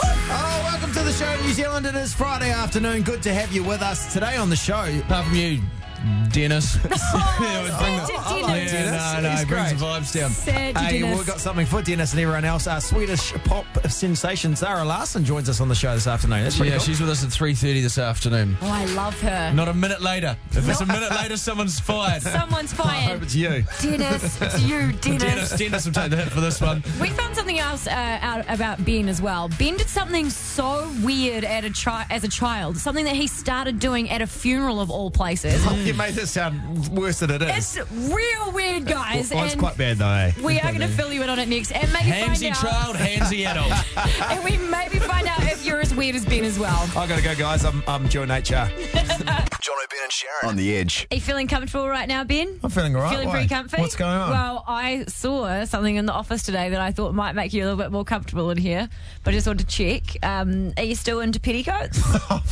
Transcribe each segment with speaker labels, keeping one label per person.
Speaker 1: Oh, show, New Zealand. It is Friday afternoon. Good to have you with us today on the show.
Speaker 2: Apart from you, Dennis.
Speaker 3: Oh, Dennis.
Speaker 2: Yeah, no, no,
Speaker 1: He's
Speaker 2: it brings
Speaker 1: great.
Speaker 2: the vibes down.
Speaker 3: Sad
Speaker 1: Hey,
Speaker 3: Dennis.
Speaker 1: we've got something for Dennis and everyone else. Our Swedish pop sensation Zara Larsson joins us on the show this afternoon. That's pretty
Speaker 2: Yeah,
Speaker 1: cool.
Speaker 2: she's with us at 3.30 this afternoon.
Speaker 3: Oh, I love her.
Speaker 2: Not a minute later. If it's a minute later, someone's fired.
Speaker 3: Someone's
Speaker 1: I hope
Speaker 3: fired.
Speaker 1: it's you.
Speaker 3: Oh, Dennis, it's you, Dennis.
Speaker 2: Dennis, Dennis will take the hit for this one.
Speaker 3: We found something else uh, out about Ben as well. Ben did something so weird at a chi- as a child, something that he started doing at a funeral of all places.
Speaker 1: You made this sound worse than it is.
Speaker 3: It's real weird, guys.
Speaker 1: Well, it's
Speaker 3: and
Speaker 1: quite bad though, eh?
Speaker 3: we are going to fill you in on it next and maybe
Speaker 2: Handsy
Speaker 3: find
Speaker 2: child,
Speaker 3: out,
Speaker 2: handsy adult.
Speaker 3: and we maybe find out if you're as weird as Ben as well.
Speaker 1: I gotta go, guys. I'm, I'm Joe Nature.
Speaker 4: John O'Brien and Sharon on the edge.
Speaker 3: Are you feeling comfortable right now, Ben?
Speaker 1: I'm feeling alright.
Speaker 3: Feeling pretty comfy?
Speaker 1: What's going on?
Speaker 3: Well, I saw something in the office today that I thought might make you a little bit more comfortable in here, but I just wanted to check. Um, are you still into petticoats?
Speaker 1: Oh,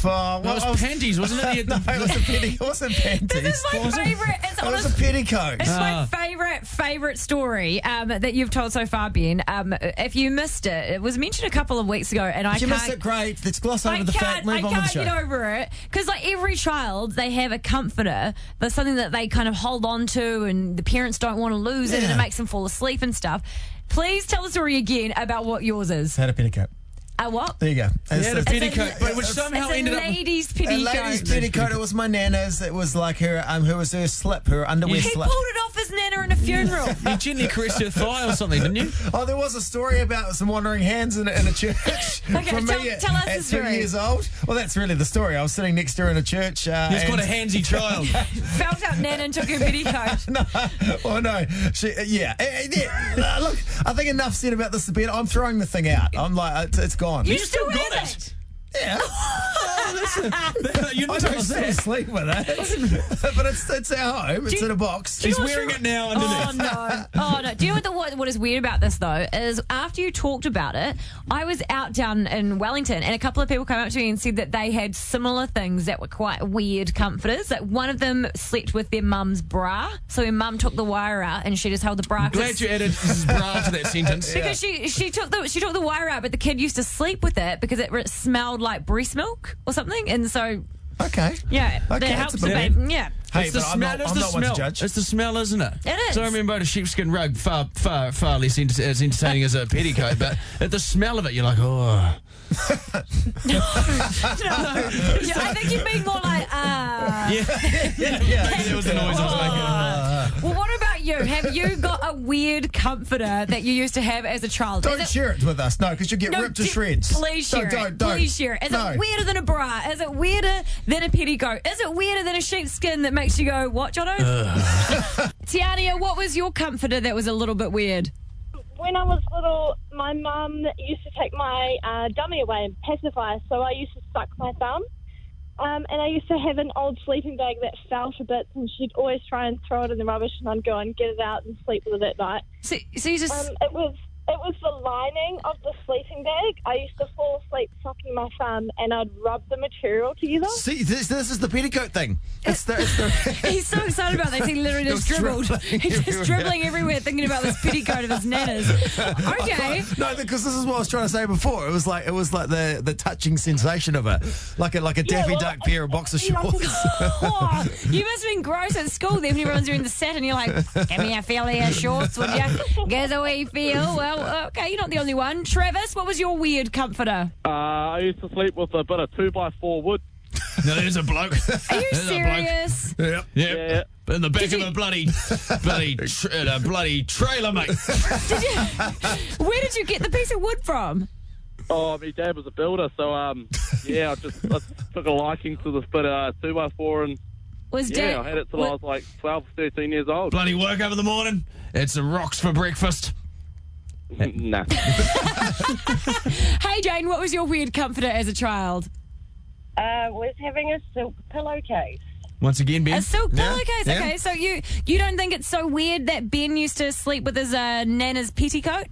Speaker 2: Well, it was panties, wasn't it? The-
Speaker 1: no, it was a penny. It wasn't panties.
Speaker 3: this is my
Speaker 1: It
Speaker 3: favourite. It's
Speaker 1: was
Speaker 3: honestly.
Speaker 1: a petticoat.
Speaker 3: It's my favourite, favourite story um, that you've told so far, Ben. Um, if you missed it, it was mentioned a couple of weeks ago, and I
Speaker 1: If you
Speaker 3: can't.
Speaker 1: missed it, great. Let's gloss
Speaker 3: I
Speaker 1: over the
Speaker 3: can't,
Speaker 1: fact. Move
Speaker 3: I
Speaker 1: on
Speaker 3: can't
Speaker 1: with the show.
Speaker 3: get over it because like every child, they have a comforter. That's something that they kind of hold on to, and the parents don't want to lose it, and
Speaker 1: Yeah.
Speaker 3: it makes them fall asleep and stuff. Please tell the story again about what yours is.
Speaker 1: had a petticoat.
Speaker 3: A what?
Speaker 1: There you go.
Speaker 2: He
Speaker 1: It's
Speaker 2: had a
Speaker 1: it's
Speaker 2: petticoat, but which
Speaker 1: it's-
Speaker 2: somehow
Speaker 3: it's a
Speaker 2: ended up...
Speaker 3: lady's
Speaker 1: A
Speaker 3: petticoat.
Speaker 1: lady's petticoat. It was my nana's. It was like her. Um, her was her slip. Her underwear
Speaker 3: He
Speaker 1: slip.
Speaker 3: pulled it off his nana in a funeral.
Speaker 2: You gently caressed your thigh or something, didn't you?
Speaker 1: Oh, there was a story about some wandering hands in, in a church.
Speaker 3: Okay,
Speaker 1: from
Speaker 3: tell-
Speaker 1: me at,
Speaker 3: tell us
Speaker 1: at
Speaker 3: the
Speaker 1: two
Speaker 3: story.
Speaker 1: years old. Well, that's really the story. I was sitting next to her in a church. Uh,
Speaker 2: It's
Speaker 1: and-
Speaker 2: called a handsy child.
Speaker 3: Felt up nana and took her petticoat.
Speaker 1: no, oh no, she, yeah, Eh, eh, yeah. Uh, Look, I think enough said about this. Ben, I'm throwing the thing out. I'm like, it's, it's gone.
Speaker 3: You still got
Speaker 2: got
Speaker 3: it.
Speaker 1: yeah,
Speaker 2: you
Speaker 1: I don't still sleep with it, but it's it's our home. It's
Speaker 3: you-
Speaker 1: in a box.
Speaker 2: She's
Speaker 3: know what's
Speaker 2: wearing
Speaker 3: wrong?
Speaker 2: it now
Speaker 3: Oh
Speaker 2: underneath.
Speaker 3: no! Oh no! Do you know what, the, what what is weird about this though is after you talked about it, I was out down in Wellington, and a couple of people came up to me and said that they had similar things that were quite weird comforters. That one of them slept with their mum's bra, so her mum took the wire out and she just held the
Speaker 1: Oh,
Speaker 3: bra. 'cause-
Speaker 2: Glad you added bra to that sentence.
Speaker 3: because she she took the she took the wire out, but the kid used to sleep with it because it re- smelled like breast milk or something, and so
Speaker 1: Okay.
Speaker 3: yeah,
Speaker 1: Okay,
Speaker 3: that
Speaker 1: that's
Speaker 3: helps
Speaker 1: a
Speaker 3: the
Speaker 1: bit-
Speaker 3: baby. Yeah,
Speaker 1: Hey,
Speaker 2: It's the
Speaker 1: but I'm
Speaker 2: smell.
Speaker 1: not,
Speaker 2: it's
Speaker 1: I'm
Speaker 2: the
Speaker 1: not
Speaker 2: smell.
Speaker 1: one to judge.
Speaker 2: It's the smell, isn't it?
Speaker 3: It is.
Speaker 2: So I remember a sheepskin rug far, far, far less ent- as entertaining as a petticoat, but at the smell of it, you're like, oh.
Speaker 3: yeah. I think you'd be more like ah.
Speaker 2: Yeah. yeah. Maybe that was the noise I was making.
Speaker 3: Well, what about you? Have you got a weird comforter that you used to have as a child?
Speaker 1: Don't
Speaker 3: Is it-
Speaker 1: share it with us, no, because you'll get
Speaker 3: No,
Speaker 1: ripped to
Speaker 3: di-
Speaker 1: shreds.
Speaker 3: Please
Speaker 1: No,
Speaker 3: share
Speaker 1: don't,
Speaker 3: it.
Speaker 1: don't.
Speaker 3: Please share it. Is
Speaker 1: No.
Speaker 3: it weirder than a bra? Is it weirder than a petticoat? Is it weirder than a sheepskin that makes you go, what, Jono? Tiania, what was your comforter that was a little bit weird?
Speaker 5: when I was little, my mum used to take my uh, dummy away and pacify, us, so I used to suck my thumb. Um, and I used to have an old sleeping bag that fell to bits, and she'd always try and throw it in the rubbish, and I'd go and get it out and sleep with it at night.
Speaker 3: So, so you just.
Speaker 5: Um, it was it was the lining of the sleeping bag. I used to fall asleep sucking my thumb, and I'd rub the material together.
Speaker 1: See, this, this is the petticoat thing. It's the, it's the
Speaker 3: He's so excited about this. He literally just
Speaker 1: It was
Speaker 3: dribbled.
Speaker 1: dribbling
Speaker 3: He's just
Speaker 1: everywhere.
Speaker 3: dribbling everywhere, thinking about this petticoat of his nana's. Okay.
Speaker 1: no, because this is what I was trying to say before. It was like it was like the, the touching sensation of it, like a like a Daffy
Speaker 5: well,
Speaker 1: Duck pair of boxer
Speaker 5: I think-
Speaker 1: shorts.
Speaker 3: oh, you must have been gross at school then when everyone's doing the set and you're like, give me a feel of your shorts, would you? Get the way you feel. Well, okay, you're not the only one. Travis, what was your weird comforter?
Speaker 6: Uh, I used to sleep with a bit of two by four wood.
Speaker 2: No, there's a bloke.
Speaker 3: Are you
Speaker 2: There's a bloke.
Speaker 3: serious?
Speaker 1: yeah.
Speaker 2: Yeah. In the back
Speaker 3: Did
Speaker 2: of
Speaker 3: you-
Speaker 2: a bloody, bloody, tr in a bloody trailer, mate.
Speaker 3: Did you, where did you get the piece of wood from?
Speaker 6: Oh, my dad was a builder, so um, yeah, I just I took a liking to this bit of two by four, and
Speaker 3: Was
Speaker 6: yeah,
Speaker 3: dad,
Speaker 6: I had it till I was like 12, 13 years old.
Speaker 2: bloody work over the morning. It's the rocks for breakfast.
Speaker 6: nah.
Speaker 3: Hey Jane, what was your weird comforter as a child?
Speaker 7: uh, was having a silk pillowcase.
Speaker 2: Once again, Ben.
Speaker 3: A silk
Speaker 1: Yeah,
Speaker 3: pillowcase.
Speaker 1: yeah.
Speaker 3: Okay, so you you don't think it's so weird that Ben used to sleep with his uh, nana's petticoat?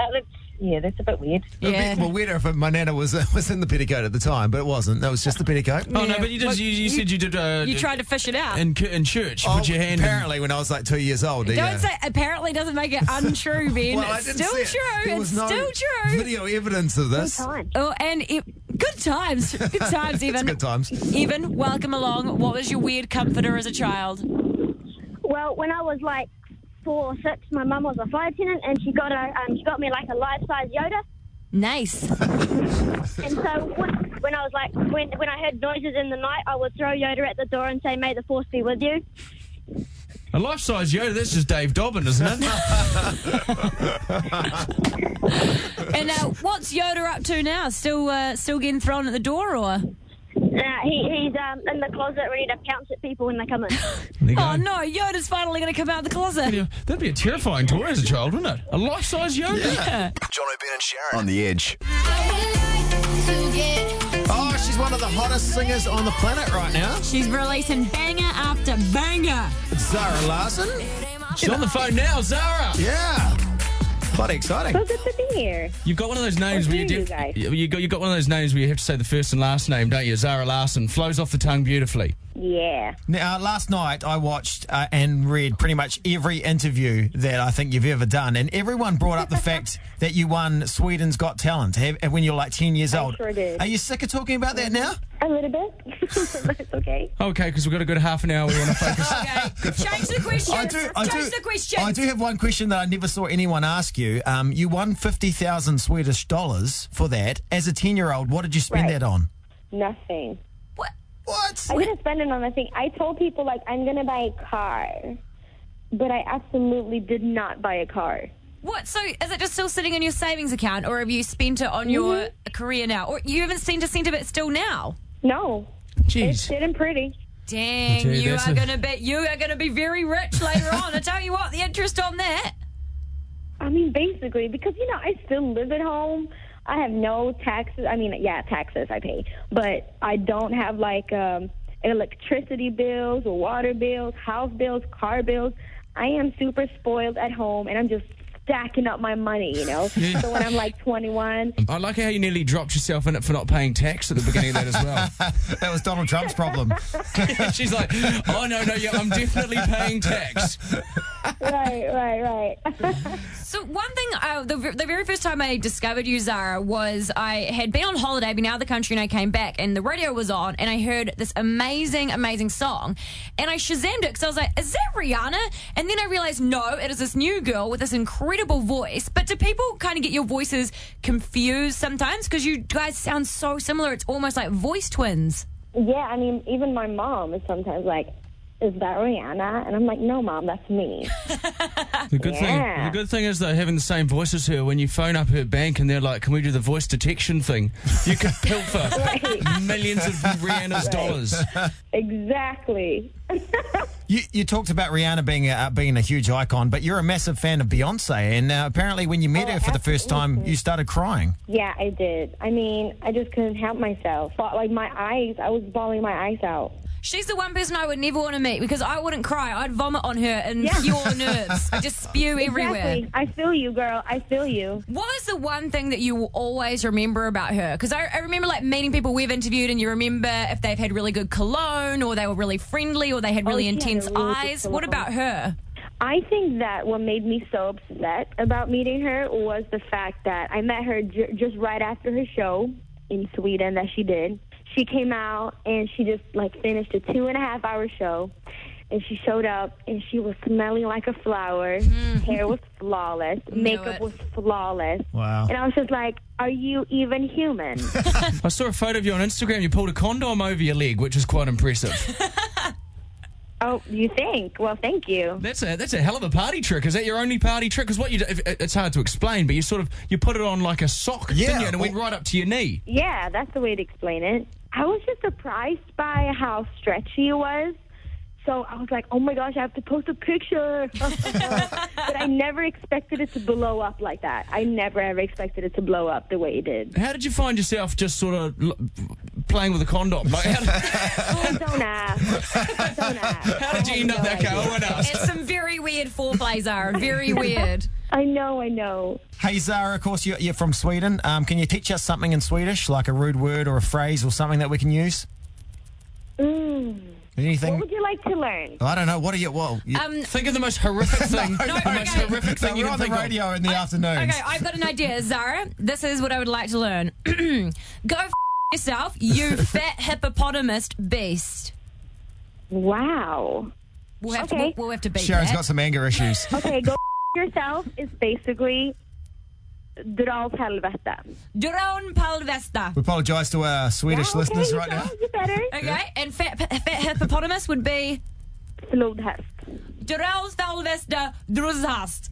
Speaker 7: Uh, that's, yeah, that's a bit weird.
Speaker 1: It'd be well, weirder if my nana was uh, was in the petticoat at the time, but it wasn't. That was just the petticoat.
Speaker 2: Oh
Speaker 3: Yeah.
Speaker 2: no, but you just
Speaker 3: What-
Speaker 2: you, you, said you did. Uh,
Speaker 3: You tried to fish it out.
Speaker 2: in, cu- in church.
Speaker 1: Oh,
Speaker 2: put your hand. in-
Speaker 1: Apparently, when I was like two years old.
Speaker 3: Don't
Speaker 1: yeah.
Speaker 3: say apparently doesn't make it untrue, Ben.
Speaker 1: Well, I
Speaker 3: it's
Speaker 1: didn't
Speaker 3: still
Speaker 1: see it.
Speaker 3: true.
Speaker 1: There
Speaker 3: It's
Speaker 1: was no
Speaker 3: still true.
Speaker 1: Video evidence of this.
Speaker 7: Fine.
Speaker 3: Oh, and it, Good times. Good times, even.
Speaker 1: Good times.
Speaker 3: Even, welcome along. What was your weird comforter as a child?
Speaker 8: Well, when I was like four or six, my mum was a flight attendant, and she got a um, she got me like a life size Yoda.
Speaker 3: Nice.
Speaker 8: And so when- when I was like when when I heard noises in the night, I would throw Yoda at the door and say, "May the force be with you."
Speaker 9: A life size Yoda, that's just Dave Dobbin, isn't it?
Speaker 3: And uh, what's Yoda up to now? Still, uh, still getting thrown at the door, or?
Speaker 8: Uh, he, he's um, in the closet ready to pounce at people when they come in.
Speaker 9: There you go.
Speaker 3: Oh no, Yoda's finally going to come out of the closet.
Speaker 9: Yeah, That'd be a terrifying toy as a child, wouldn't it? A life size Yoda.
Speaker 2: Jono, Ben, and Sharon on the edge.
Speaker 1: Oh, she's one of the hottest singers on the planet right now.
Speaker 3: She's releasing banger after banger.
Speaker 1: Zara Larson.
Speaker 9: She's on the phone now, Zara.
Speaker 1: Yeah. Quite exciting.
Speaker 10: So good to be here.
Speaker 9: You've got one of those names
Speaker 10: Or
Speaker 9: where you,
Speaker 10: do you
Speaker 9: def-
Speaker 10: guys?
Speaker 9: you, you got you got one of those names where you have to say the first and last name, don't you? Zara Larson flows off the tongue beautifully.
Speaker 10: Yeah.
Speaker 1: Now, last night I watched uh, and read pretty much every interview that I think you've ever done, and everyone brought up the fact that you won Sweden's Got Talent have- when you were like 10 years old.
Speaker 10: sure did.
Speaker 1: Are you sick of talking about that now?
Speaker 10: A little bit. That's okay.
Speaker 9: Okay, because we've got a good half an hour. We want to focus.
Speaker 3: Okay, change the question.
Speaker 1: I do. I
Speaker 3: change
Speaker 1: do.
Speaker 3: the question.
Speaker 1: I do have one question that I never saw anyone ask you. Um, you won fifty thousand Swedish dollars for that as a ten-year-old. What did you spend
Speaker 10: Right.
Speaker 1: that on?
Speaker 10: Nothing.
Speaker 3: What?
Speaker 1: What?
Speaker 10: I didn't spend it on nothing. I told people like I'm gonna buy a car, but I absolutely did not buy a car.
Speaker 3: What? So is it just still sitting in your savings account, or have you spent it on your career now, or you haven't seen to sent of it still now?
Speaker 10: No, it's
Speaker 9: Jeez.
Speaker 10: sitting pretty.
Speaker 3: Dang,
Speaker 9: Gee,
Speaker 3: you
Speaker 9: that's
Speaker 3: are
Speaker 9: a-
Speaker 3: gonna be you are gonna be very rich later on. I tell you what, the interest on that.
Speaker 10: I mean, basically, because you know I still live at home. I have no taxes. I mean, yeah, taxes I pay, but I don't have like um, electricity bills or water bills, house bills, car bills. I am super spoiled at home, and I'm just stacking up my money. You know, so when I'm like 21,
Speaker 9: I like how you nearly dropped yourself in it for not paying tax at the beginning of that as well.
Speaker 1: that was Donald Trump's problem.
Speaker 9: She's like, oh no, no, yeah, I'm definitely paying tax.
Speaker 10: right, right, right.
Speaker 3: So one thing, uh, the, the very first time I discovered you, Zara, was I had been on holiday, been out of the country, and I came back, and the radio was on, and I heard this amazing, amazing song, and I shazammed it because I was like, "Is that Rihanna?" And then I realized, no, it is this new girl with this incredible voice. But do people kind of get your voices confused sometimes? Because you guys sound so similar, it's almost like voice twins.
Speaker 10: Yeah, I mean, even my mom is sometimes like, "Is that Rihanna?" And I'm like, "No, mom, that's me."
Speaker 9: The good
Speaker 10: Yeah.
Speaker 9: thing, the good thing is though, having the same voice as her. When you phone up her bank and they're like, "Can we do the voice detection thing?" You could pilfer millions of Rihanna's dollars.
Speaker 10: exactly.
Speaker 1: you, you talked about Rihanna being a, uh, being a huge icon, but you're a massive fan of Beyonce, and uh, apparently when you met
Speaker 10: Oh,
Speaker 1: her for the first time, you started crying.
Speaker 10: Yeah, I did. I mean, I just couldn't help myself. But, like my eyes, I was bawling my eyes out.
Speaker 3: She's the one person I would never want to meet because I wouldn't cry. I'd vomit on her and
Speaker 10: Yeah.
Speaker 3: pure nerves. I just spew everywhere.
Speaker 10: Exactly. I feel you, girl. I feel you.
Speaker 3: What is the one thing that you will always remember about her? Because I, I remember like meeting people we've interviewed, and you remember if they've had really good cologne, or they were really friendly, or they had really
Speaker 10: she had a
Speaker 3: intense
Speaker 10: really good
Speaker 3: eyes. What
Speaker 10: cologne.
Speaker 3: about her?
Speaker 10: I think that what made me so upset about meeting her was the fact that I met her j- just right after her show in Sweden that she did. She came out and she just like finished a two and a half hour show. And she showed up and she was smelling like a flower. Hair was flawless.
Speaker 3: Mm-hmm. it.
Speaker 10: Makeup was flawless.
Speaker 1: Wow.
Speaker 10: And I was just like, are you even human?
Speaker 9: I saw a photo of you on Instagram. You pulled a condom over your leg, which is quite impressive.
Speaker 10: oh, you think? Well, thank you.
Speaker 9: That's a that's a hell of a party trick. Is that your only party trick? Because what you do, if- uh, it's hard to explain, but you sort of you put it on like a sock,
Speaker 1: Yeah.
Speaker 9: didn't you? And it went right up to your knee.
Speaker 10: Yeah, that's the way to explain it. I was just surprised by how stretchy it was. So I was like, oh my gosh, I have to post a picture. but I never expected it to blow up like that. I never ever expected it to blow up the way it did.
Speaker 9: How did you find yourself just sort of l- playing with a condom? Like, how,
Speaker 10: Oh, don't ask. Don't ask. Oh
Speaker 9: how did you end up
Speaker 10: no
Speaker 9: there? Okay,
Speaker 10: idea.
Speaker 9: I won't ask.
Speaker 3: It's some very weird foreplays are very weird.
Speaker 10: I know, I know.
Speaker 1: Hey Zara, of course you're, you're from Sweden. Um, can you teach us something in Swedish, like a rude word or a phrase or something that we can use?
Speaker 10: Mm. What
Speaker 1: Anything?
Speaker 10: would you like to learn?
Speaker 1: I don't know. What are you? Well, you-
Speaker 3: Um,
Speaker 9: Think of the most horrific thing.
Speaker 1: No,
Speaker 9: the most
Speaker 3: okay.
Speaker 9: horrific
Speaker 1: so
Speaker 9: thing you
Speaker 1: we're
Speaker 9: can
Speaker 1: on the
Speaker 9: think of.
Speaker 1: radio in the afternoon.
Speaker 3: okay, I've got an idea, Zara. This is what I would like to learn. Go f- yourself, you fat hippopotamus beast.
Speaker 10: Wow.
Speaker 3: We'll have,
Speaker 10: Okay.
Speaker 3: to, we'll, we'll have to beat
Speaker 1: Sharon's
Speaker 3: that.
Speaker 1: got some anger issues.
Speaker 10: Okay, go yourself is basically dra åt helvete.
Speaker 3: Drone Palvesta.
Speaker 1: We apologise to our Swedish
Speaker 10: Yeah, okay,
Speaker 1: listeners
Speaker 10: you
Speaker 1: right now.
Speaker 10: sound- You better.
Speaker 3: Okay, and fat, fat hippopotamus would be
Speaker 10: Flodhäst.
Speaker 3: Drone Palvesta Druzhast.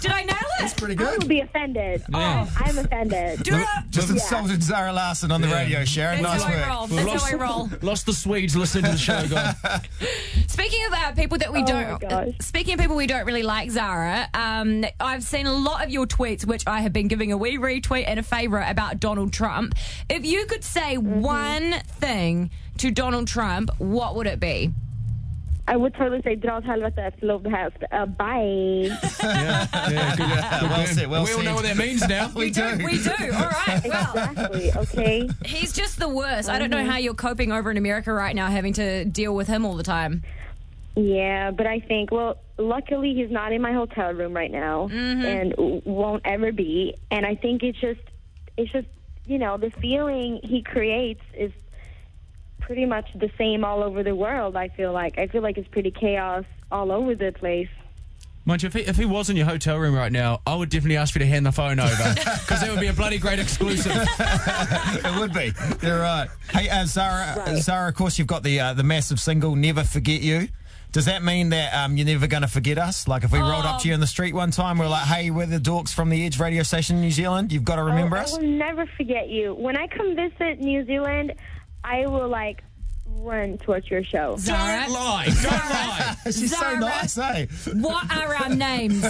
Speaker 3: Did I nail it?
Speaker 1: Pretty
Speaker 10: I will
Speaker 1: good.
Speaker 10: be offended. Oh, I'm offended.
Speaker 3: Dra-
Speaker 1: Just insulted Zara Larson on the
Speaker 9: Yeah.
Speaker 1: radio, Sharon.
Speaker 3: That's
Speaker 1: nice
Speaker 3: how I roll.
Speaker 1: work.
Speaker 3: That's
Speaker 9: lost-
Speaker 3: how I roll.
Speaker 9: Lost the Swedes listening to the show, guys.
Speaker 3: Speaking of uh, people that we
Speaker 10: Oh
Speaker 3: don't, uh,
Speaker 10: my gosh.
Speaker 3: speaking of people we don't really like, Zara, um, I've seen a lot of your tweets, which I have been giving a wee retweet and a favourite about Donald Trump. If you could say
Speaker 10: Mm-hmm.
Speaker 3: one thing to Donald Trump, what would it be?
Speaker 10: I would totally say dra åt helvete, flodhäst. Uh, bye.
Speaker 9: Yeah, yeah, good.
Speaker 1: Yeah, well said, well
Speaker 9: we all
Speaker 1: said.
Speaker 9: know what that means now.
Speaker 1: We do.
Speaker 3: We do. All right. Well,
Speaker 10: Exactly, okay?
Speaker 3: he's just the worst. I don't
Speaker 10: Mm-hmm.
Speaker 3: know how you're coping over in America right now, having to deal with him all the time.
Speaker 10: Yeah, but I think, well, luckily he's not in my hotel room right now and w- won't ever be. And I think it's just, it's just, you know, the feeling he creates is pretty much the same all over the world, I feel like. I feel like it's pretty chaos all over the place.
Speaker 9: Mind you, if he, if he was in your hotel room right now, I would definitely ask you to hand the phone over because that would be a bloody great exclusive.
Speaker 1: It would be. You're right. Hey, uh, Zara, uh, Zara, of course, you've got the uh, the massive single "Never Forget You." Does that mean that um, you're never going to forget us? Like if we rolled up to you in the street one time, we're like, "Hey, we're the Dorks from the Edge Radio Station, in New Zealand. You've got to remember
Speaker 10: Oh, I,
Speaker 1: us."
Speaker 10: I will never forget you. When I come visit New Zealand, I will, like, run towards your show.
Speaker 3: Zara,
Speaker 9: Don't lie. Don't lie.
Speaker 1: She's so
Speaker 3: Zara.
Speaker 1: nice, eh?
Speaker 3: what are our names?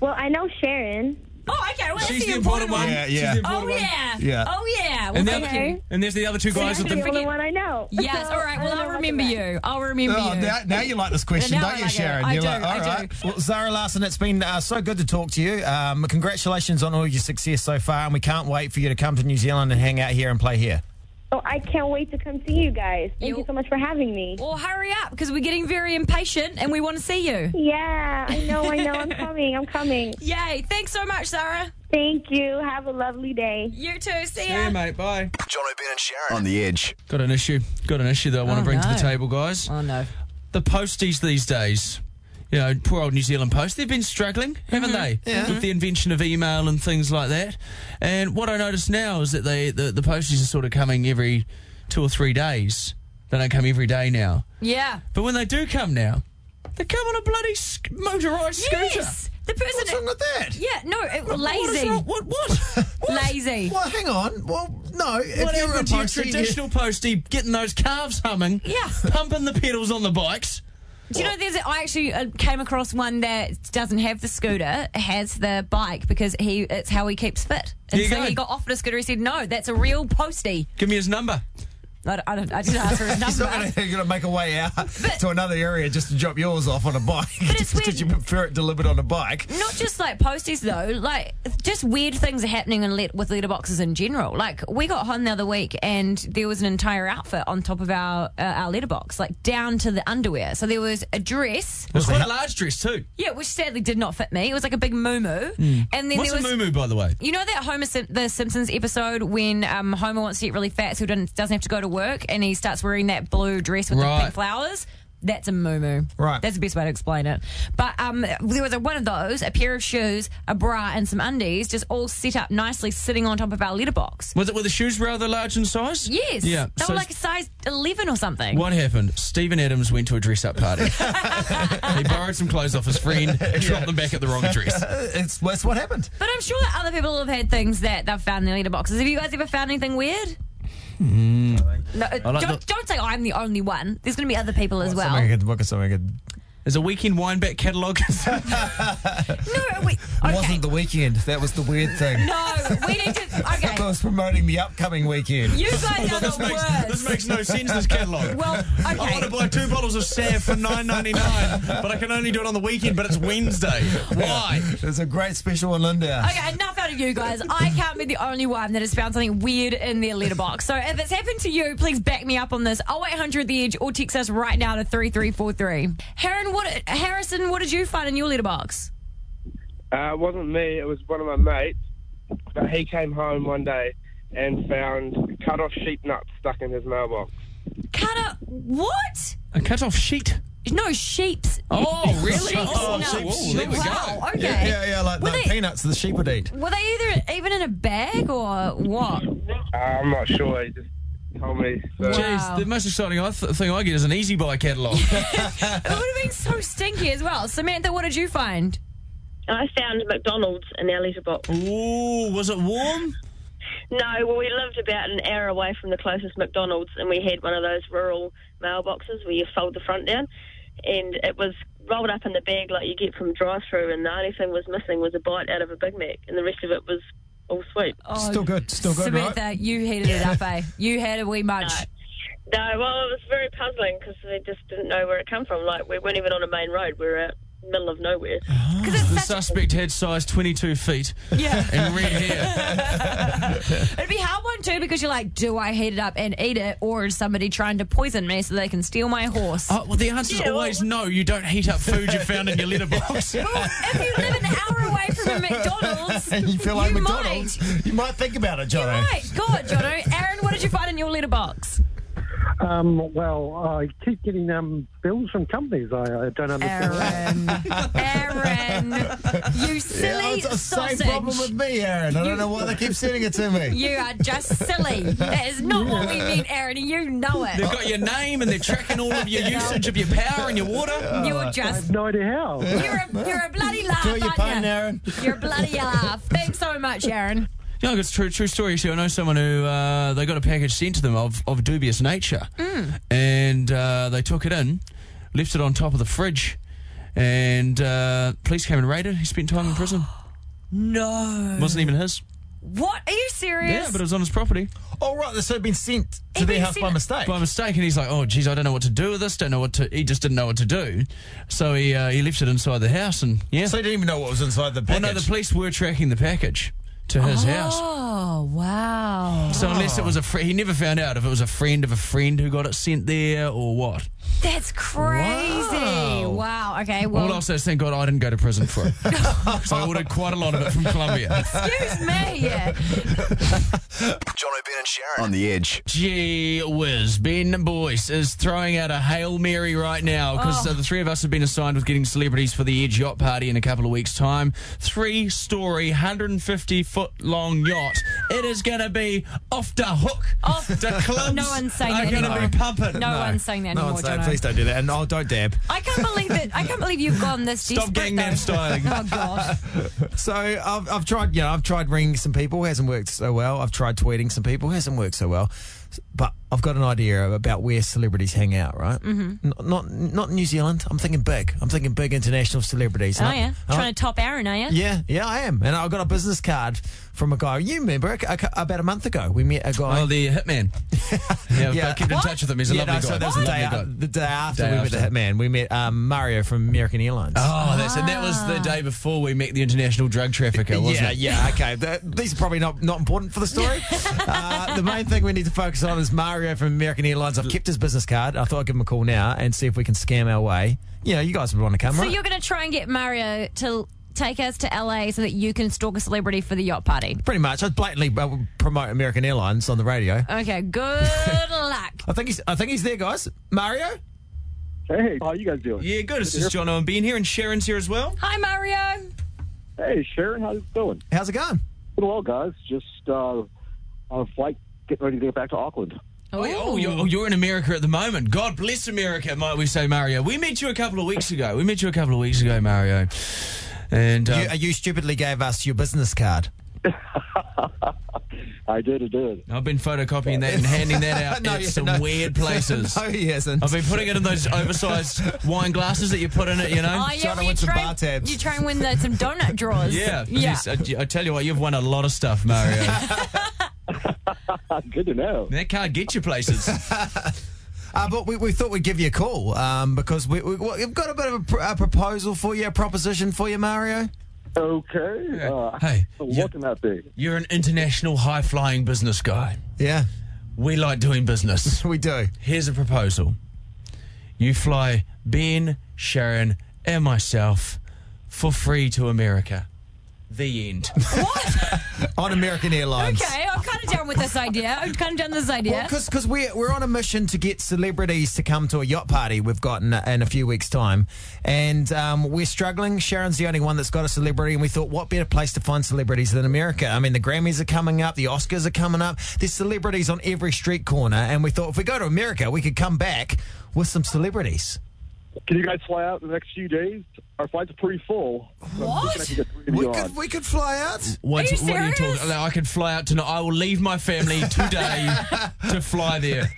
Speaker 10: Well, I know Sharon.
Speaker 3: Oh, okay. Well, that's
Speaker 9: She's the
Speaker 3: the
Speaker 9: important one.
Speaker 1: Yeah, yeah.
Speaker 9: She's the
Speaker 3: Oh
Speaker 9: important one.
Speaker 3: yeah.
Speaker 1: Yeah.
Speaker 3: Oh yeah. Well,
Speaker 9: And, the
Speaker 3: thank
Speaker 9: other-
Speaker 3: you.
Speaker 10: Okay.
Speaker 9: and there's the other two
Speaker 10: That's
Speaker 9: guys with
Speaker 10: the
Speaker 9: the.
Speaker 10: only one I know.
Speaker 3: Yes, all right.
Speaker 10: I
Speaker 3: Well,
Speaker 10: don't know
Speaker 3: I'll
Speaker 10: much
Speaker 3: remember
Speaker 10: about it.
Speaker 3: you. I'll remember
Speaker 1: Oh,
Speaker 3: you.
Speaker 1: now, now you like this question,
Speaker 3: Now
Speaker 1: don't
Speaker 3: I
Speaker 1: you,
Speaker 3: like it.
Speaker 1: Sharon?
Speaker 3: I
Speaker 1: You're
Speaker 3: do,
Speaker 1: like,
Speaker 3: I
Speaker 1: all
Speaker 3: do.
Speaker 1: right. Well, Zara Larson, it's been uh, so good to talk to you. Um, congratulations on all your success so far, and we can't wait for you to come to New Zealand and hang out here and play here.
Speaker 10: Oh, I can't wait to come see you guys. Thank
Speaker 3: You-
Speaker 10: you, so much for having me.
Speaker 1: Oh.
Speaker 3: Well, hurry up because we're getting very impatient and we want to see you.
Speaker 10: Yeah, I know, I know. I'm coming. I'm coming.
Speaker 3: Yay! Thanks so much, Zara.
Speaker 10: Thank you. Have a lovely day.
Speaker 3: You too. See
Speaker 9: Yeah,
Speaker 3: ya.
Speaker 9: mate. Bye.
Speaker 2: John O'Brien and Sharon on the edge.
Speaker 9: Got an issue. Got an issue that I want
Speaker 3: Oh,
Speaker 9: to bring to
Speaker 3: no.
Speaker 9: the table, guys.
Speaker 3: oh no.
Speaker 9: The posties these days. You know, poor old New Zealand Post. They've been struggling, haven't they?
Speaker 3: Mm-hmm.
Speaker 9: With the invention of email and things like that. And what I notice now is that they the, the posties are sort of coming every two or three days. They don't come every day now.
Speaker 3: Yeah.
Speaker 9: But when they do come now, they come on a bloody sc- motorised scooter.
Speaker 3: Yes. The person.
Speaker 1: What's wrong with that?
Speaker 3: yeah. No. It,
Speaker 9: What is
Speaker 3: lazy.
Speaker 9: wrong- What? What? what?
Speaker 3: Lazy.
Speaker 1: Well, hang on. Well, no.
Speaker 9: What
Speaker 1: if you're a
Speaker 9: happened to your
Speaker 1: postie, you-
Speaker 9: traditional postie getting those calves humming?
Speaker 3: Yeah.
Speaker 9: Pumping the pedals on the bikes.
Speaker 3: Do you know there's? a- I actually uh, came across one that doesn't have the scooter, has the bike because he it's how he keeps fit. And
Speaker 9: There you
Speaker 3: so
Speaker 9: go.
Speaker 3: he got offered a scooter. He said, "No, that's a real postie."
Speaker 9: Give me his number.
Speaker 3: I, don't- I, don't, I didn't ask for his number.
Speaker 1: He's not going to make a way out to another area just to drop yours off on a bike.
Speaker 3: But it's
Speaker 1: because
Speaker 3: weird.
Speaker 1: you prefer it delivered on a bike.
Speaker 3: not just like posties though, like just weird things are happening in let- with letterboxes in general. Like we got home the other week and there was an entire outfit on top of our uh, our letterbox, like down to the underwear. So there was a dress,
Speaker 9: It was quite a large dress too.
Speaker 3: yeah, which sadly did not fit me. It was like a big moo and then
Speaker 9: What's
Speaker 3: there
Speaker 9: a
Speaker 3: was.
Speaker 9: moo by the way?
Speaker 3: You know that Homer Sim- the Simpsons episode when um, Homer wants to get really fat, so he doesn't doesn't have to go to work, and he starts wearing that blue dress with the
Speaker 9: Right.
Speaker 3: pink flowers. That's a moo
Speaker 1: Right.
Speaker 3: That's the best way to explain it. But um, there was a, one of those, a pair of shoes, a bra, and some undies, just all set up nicely, sitting on top of our letterbox.
Speaker 9: Was it were the shoes rather large in size?
Speaker 3: Yes.
Speaker 9: Yeah.
Speaker 3: They
Speaker 9: so
Speaker 3: were like a size eleven or something.
Speaker 9: what happened? Stephen Adams went to a dress up party. he borrowed some clothes off his friend, dropped them back at the wrong address.
Speaker 1: Uh, It's that's what happened.
Speaker 3: But I'm sure that other people have had things that they've found in the letterboxes. Have you guys ever found anything weird?
Speaker 9: Hmm.
Speaker 3: No, uh,
Speaker 9: like
Speaker 3: don't,
Speaker 9: the-
Speaker 3: don't say I'm the only one. There's going to be other people as well.
Speaker 1: Something I could look at something. I could,
Speaker 9: There's a weekend wine back catalogue.
Speaker 3: No, we, okay.
Speaker 1: Wasn't the weekend. That was the weird thing.
Speaker 3: No, we need to.
Speaker 1: I
Speaker 3: Okay,
Speaker 1: was promoting the upcoming weekend.
Speaker 3: you guys are the
Speaker 9: this
Speaker 3: worst.
Speaker 9: makes no sense, this catalogue.
Speaker 3: Well,
Speaker 9: I want to
Speaker 3: okay.
Speaker 9: buy two bottles of Sav for nine ninety nine, but I can only do it on the weekend. But it's Wednesday. Why?
Speaker 1: There's a great special in Lindau.
Speaker 3: Okay, enough out of you guys. I can't be the only one that has found something weird in their letterbox. So if it's happened to you, please back me up on this. 0800 The Edge or text us right now to 3343. Harren, what, Harrison, what did you find in your letterbox?
Speaker 6: Uh, it wasn't me. It was one of my mates. But he came home one day and found cut off sheep nuts stuck in his mailbox.
Speaker 3: Cut up what?
Speaker 9: A cut off sheet.
Speaker 3: No sheep's.
Speaker 9: Oh, really?
Speaker 3: Sheep's
Speaker 9: Oh,
Speaker 3: nuts.
Speaker 9: sheep's- Oh, there we go.
Speaker 3: Wow. Okay.
Speaker 1: Yeah, yeah, yeah like
Speaker 3: Were
Speaker 1: the
Speaker 3: they-
Speaker 1: peanuts the sheep would eat.
Speaker 3: Were they either even in a bag or what?
Speaker 6: Uh, I'm not sure. He just told me. So
Speaker 9: Jeez, the most exciting I th- thing I get is an Easy Buy catalogue.
Speaker 3: It would have been so stinky as well. Samantha, what did you find?
Speaker 5: I found McDonald's in our letterbox.
Speaker 9: Ooh, was it warm?
Speaker 5: No, well, we lived about an hour away from the closest McDonald's, and we had one of those rural mailboxes where you fold the front down, and it was rolled up in the bag like you get from drive-through, and the only thing was missing was a bite out of a Big Mac, and the rest of it was all sweet.
Speaker 3: Oh,
Speaker 1: Still good, still good,
Speaker 3: Samantha,
Speaker 1: right?
Speaker 3: you heated it up, eh? You had a wee munch.
Speaker 5: No, well, it was very puzzling because we just didn't know where it came from. Like, we weren't even on a main road; we were out middle of nowhere.
Speaker 3: Because it's
Speaker 9: The
Speaker 3: such,
Speaker 9: suspect had size 22 feet
Speaker 3: yeah.
Speaker 9: and red hair.
Speaker 3: It'd be a hard one too because you're like, do I heat it up and eat it, or is somebody trying to poison me so they can steal my horse?
Speaker 9: Oh, well, the answer's
Speaker 5: Yeah, well-
Speaker 9: always no. You don't heat up food you found in your letterbox.
Speaker 3: Well, if you live an hour away from a McDonald's,
Speaker 1: And you feel like
Speaker 3: you
Speaker 1: McDonald's.
Speaker 3: Might.
Speaker 1: You might think about it,
Speaker 3: You
Speaker 1: Johnny.
Speaker 3: might. God, Jono. Aaron, what did you find in your letterbox?
Speaker 11: Um, well, I keep getting um, bills from companies. I, I don't understand.
Speaker 3: Aaron. Aaron. You
Speaker 1: Yeah,
Speaker 3: silly
Speaker 1: it's the same
Speaker 3: sausage.
Speaker 1: problem with me, Aaron. I don't know why they keep sending it to me.
Speaker 3: You are just silly. That is not what we mean, Aaron, and you know
Speaker 9: They've
Speaker 3: it.
Speaker 9: got your name and they're tracking all of your usage of your power and your water.
Speaker 3: You're just.
Speaker 11: No idea how.
Speaker 3: You're a, you're a bloody laugh,
Speaker 1: Do your pain,
Speaker 3: aren't you?
Speaker 1: Aaron.
Speaker 3: You're a bloody laugh. Thanks so much, Aaron.
Speaker 9: You know, it's a true, true story. Actually, I know someone who uh, they got a package sent to them of, of dubious nature, and uh, they took it in, left it on top of the fridge, and uh, police came and raided. He spent time in prison.
Speaker 3: No.
Speaker 9: Wasn't even his.
Speaker 3: What? Are you serious?
Speaker 9: Yeah, but it was on his property
Speaker 1: All Oh, right, this had been sent to
Speaker 3: He'd
Speaker 1: their
Speaker 3: been
Speaker 1: house by
Speaker 3: sent-
Speaker 1: mistake.
Speaker 9: by mistake, and he's like, "Oh, geez, I don't know what to do with this. Don't know what to." He just didn't know what to do, so he uh, he left it inside the house, and yeah.
Speaker 1: So they didn't even know what was inside the
Speaker 9: well,
Speaker 1: package.
Speaker 9: no, the police were tracking the package to his house.
Speaker 3: Oh, wow.
Speaker 9: So unless it was a friend, he never found out if it was a friend of a friend who got it sent there or what.
Speaker 3: That's crazy. Wow. Okay,
Speaker 9: All
Speaker 3: well.
Speaker 9: I'll say is thank God I didn't go to prison for it. so I ordered quite a lot of it from Colombia.
Speaker 3: Excuse me. Yeah.
Speaker 2: John O'Brien and Sharon on the edge.
Speaker 9: Gee whiz, Ben Boyce is throwing out a Hail Mary right now because
Speaker 3: Oh.
Speaker 9: uh, the three of us have been assigned with getting celebrities for the Edge Yacht Party in a couple of weeks' time. Three story, 150 foot long yacht. It is going to be off the hook.
Speaker 3: Off-
Speaker 9: the clubs
Speaker 3: Oh. No one's saying
Speaker 9: are
Speaker 3: that
Speaker 9: going
Speaker 3: anymore.
Speaker 9: to be pumping.
Speaker 3: No, one's saying that
Speaker 1: No
Speaker 3: anymore,
Speaker 1: one's saying,
Speaker 3: Jono.
Speaker 1: please don't do that. And oh, don't dab.
Speaker 3: I can't believe that. I can't believe you've gone this
Speaker 9: Stop
Speaker 3: desperate,
Speaker 9: Gangnam
Speaker 3: though.
Speaker 9: Styling.
Speaker 3: Oh god.
Speaker 1: So I've, I've tried, you know, I've tried ringing some people, hasn't worked so well. I've tried tweeting some people, hasn't worked so well. But I've got an idea about where celebrities hang out, right? Mm-hmm. N- not not New Zealand. I'm thinking big. I'm thinking big international celebrities.
Speaker 3: Oh
Speaker 1: And I-
Speaker 3: yeah.
Speaker 1: and I-
Speaker 3: Trying to top Aaron, are you?
Speaker 1: Uh-huh. yeah, yeah, I am. And I got a business card from a guy. You remember a, a, about a month ago, we met a guy.
Speaker 9: Oh, the hitman. yeah,
Speaker 1: Yeah.
Speaker 9: but keep in
Speaker 3: What?
Speaker 9: touch with him. He's a
Speaker 1: yeah,
Speaker 9: lovely
Speaker 1: no, so
Speaker 9: guy.
Speaker 1: that was the
Speaker 9: Lovely
Speaker 1: day,
Speaker 9: guy.
Speaker 1: the day after
Speaker 9: Day
Speaker 1: we met the
Speaker 9: after.
Speaker 1: hitman. We met um, Mario from American Airlines.
Speaker 9: Oh, that's and that was the day before we met the international drug trafficker, wasn't
Speaker 1: yeah,
Speaker 9: it?
Speaker 1: yeah, okay. Th- these are probably not, not important for the story. uh, the main thing we need to focus on is Mario from American Airlines. I've kept his business card. I thought I'd give him a call now and see if we can scam our way. You know, you guys would want to come,
Speaker 3: So
Speaker 1: right?
Speaker 3: you're going to try and get Mario to take us to LA so that you can stalk a celebrity for the yacht party.
Speaker 1: Pretty much. I'd blatantly uh, promote American Airlines on the radio.
Speaker 3: Okay. Good luck.
Speaker 1: I think he's I think he's there, guys. Mario?
Speaker 6: hey, how you guys doing?
Speaker 9: Yeah, good. This is John and being here, and Sharon's here as well.
Speaker 3: Hi, Mario.
Speaker 6: Hey, Sharon, how's it going?
Speaker 1: How's it going?
Speaker 6: Doing well, guys. Just uh, on a flight, getting ready to get back to Auckland.
Speaker 9: Oh, oh, you're, oh, you're in America at the moment. God bless America, might we say, Mario. We met you a couple of weeks ago. We met you a couple of weeks ago, Mario. And uh,
Speaker 1: You, uh, you stupidly gave us your business card.
Speaker 6: I did, I did.
Speaker 9: I've been photocopying that and handing that out at
Speaker 1: you-
Speaker 9: some
Speaker 1: no.
Speaker 9: weird places.
Speaker 1: no, he hasn't.
Speaker 9: I've been putting it in those oversized wine glasses that you put in it, you know?
Speaker 3: Oh,
Speaker 1: Trying to
Speaker 3: well,
Speaker 1: win some
Speaker 3: try,
Speaker 1: bar tabs. uh,
Speaker 3: You try and win the, some donut drawers.
Speaker 9: Yeah,
Speaker 3: Yeah.
Speaker 9: Jeez, I, I tell you what, you've won a lot of stuff, Mario.
Speaker 6: Good to know.
Speaker 9: that can't get you places.
Speaker 1: Uh, but we, we thought we'd give you a call um, because we, we, we've got a bit of a, pr- a proposal for you, a proposition for you, Mario.
Speaker 6: Okay. Uh,
Speaker 9: Hey,
Speaker 6: so
Speaker 9: you-
Speaker 6: what can that be?
Speaker 9: You're an international high flying business guy.
Speaker 1: Yeah,
Speaker 9: We like doing business.
Speaker 1: we do.
Speaker 9: Here's a proposal you fly Ben, Sharon, and myself for free to America. The end.
Speaker 1: on American Airlines.
Speaker 3: Okay, I'm kind of down with this idea. I'm kind of down with this idea.
Speaker 1: Because we're, we're on a mission to get celebrities to come to a yacht party we've got in, in a few weeks' time. And um, we're struggling. Sharon's the only one that's got a celebrity. And we thought, what better place to find celebrities than America? I mean, the Grammys are coming up, the Oscars are coming up. There's celebrities on every street corner. And we thought, if we go to America, we could come back with some celebrities.
Speaker 6: Can you guys fly out in the next few days? Our flights are pretty full. So I'm just gonna have to get 3D on.
Speaker 1: we could fly out.
Speaker 9: What, what are you talking? I can fly out tonight. I will leave my family today to fly there.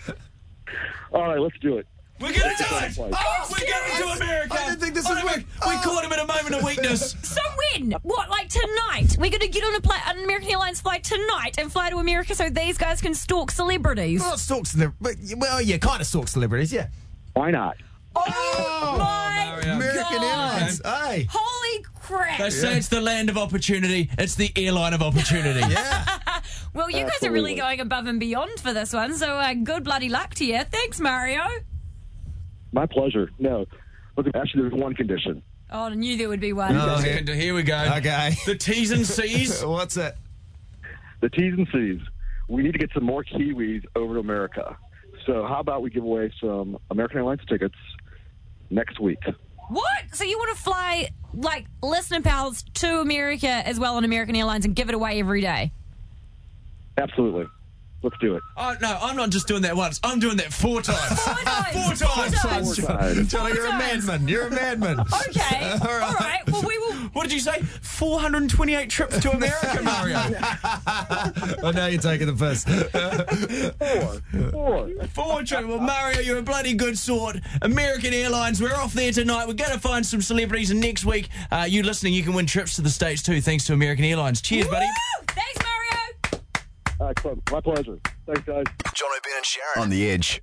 Speaker 6: All right, let's do it.
Speaker 9: We're gonna do it.
Speaker 6: Oh,
Speaker 9: we're going to America. I didn't think this was We caught him in a moment of weakness.
Speaker 3: So when? What? Like tonight? We're gonna get on a pla- an American Airlines flight tonight and fly to America so these guys can stalk celebrities.
Speaker 1: Well, not stalk celebrities. Well, yeah, kind of stalk celebrities, yeah. Why not?
Speaker 3: Oh, my
Speaker 1: American
Speaker 3: God.
Speaker 1: Airlines. Hey.
Speaker 3: Holy crap!
Speaker 9: They say it's the land of opportunity. It's the airline of opportunity.
Speaker 1: yeah.
Speaker 3: Well, you guys are really going above and beyond for this one, so uh, good bloody luck to you. Thanks, Mario.
Speaker 6: My pleasure. No. Look, actually, there's one condition.
Speaker 3: Oh, I knew there would be one.
Speaker 9: Oh, here. here we go.
Speaker 1: Okay.
Speaker 9: The T's and C's.
Speaker 1: What's it?
Speaker 6: The T's and C's. We need to get some more Kiwis over to America. So, how about we give away some American Airlines tickets next week?
Speaker 3: What? So you want to fly like listener pals to America as well on American Airlines and give it away every day?
Speaker 6: Absolutely. Let's do it.
Speaker 9: Oh, no, I'm not just doing that once. I'm doing that four times. four times.
Speaker 1: Four times.
Speaker 6: times.
Speaker 1: Johnny, you're a madman. You're a madman.
Speaker 3: Okay. All right. Well, we will.
Speaker 9: What did you say? 428 trips to America, Mario.
Speaker 1: Well, Oh, now you're taking the piss.
Speaker 6: Four.
Speaker 9: Four trips. Well, Mario, you're a bloody good sort. American Airlines, we're off there tonight. We're going to find some celebrities, and next week, uh, you listening, you can win trips to the States too, thanks to American Airlines. Cheers, buddy.
Speaker 3: Woo! Thanks, Mario.
Speaker 6: Excellent. My pleasure. Thanks, guys.
Speaker 2: John O'Brien and Sharon on the edge.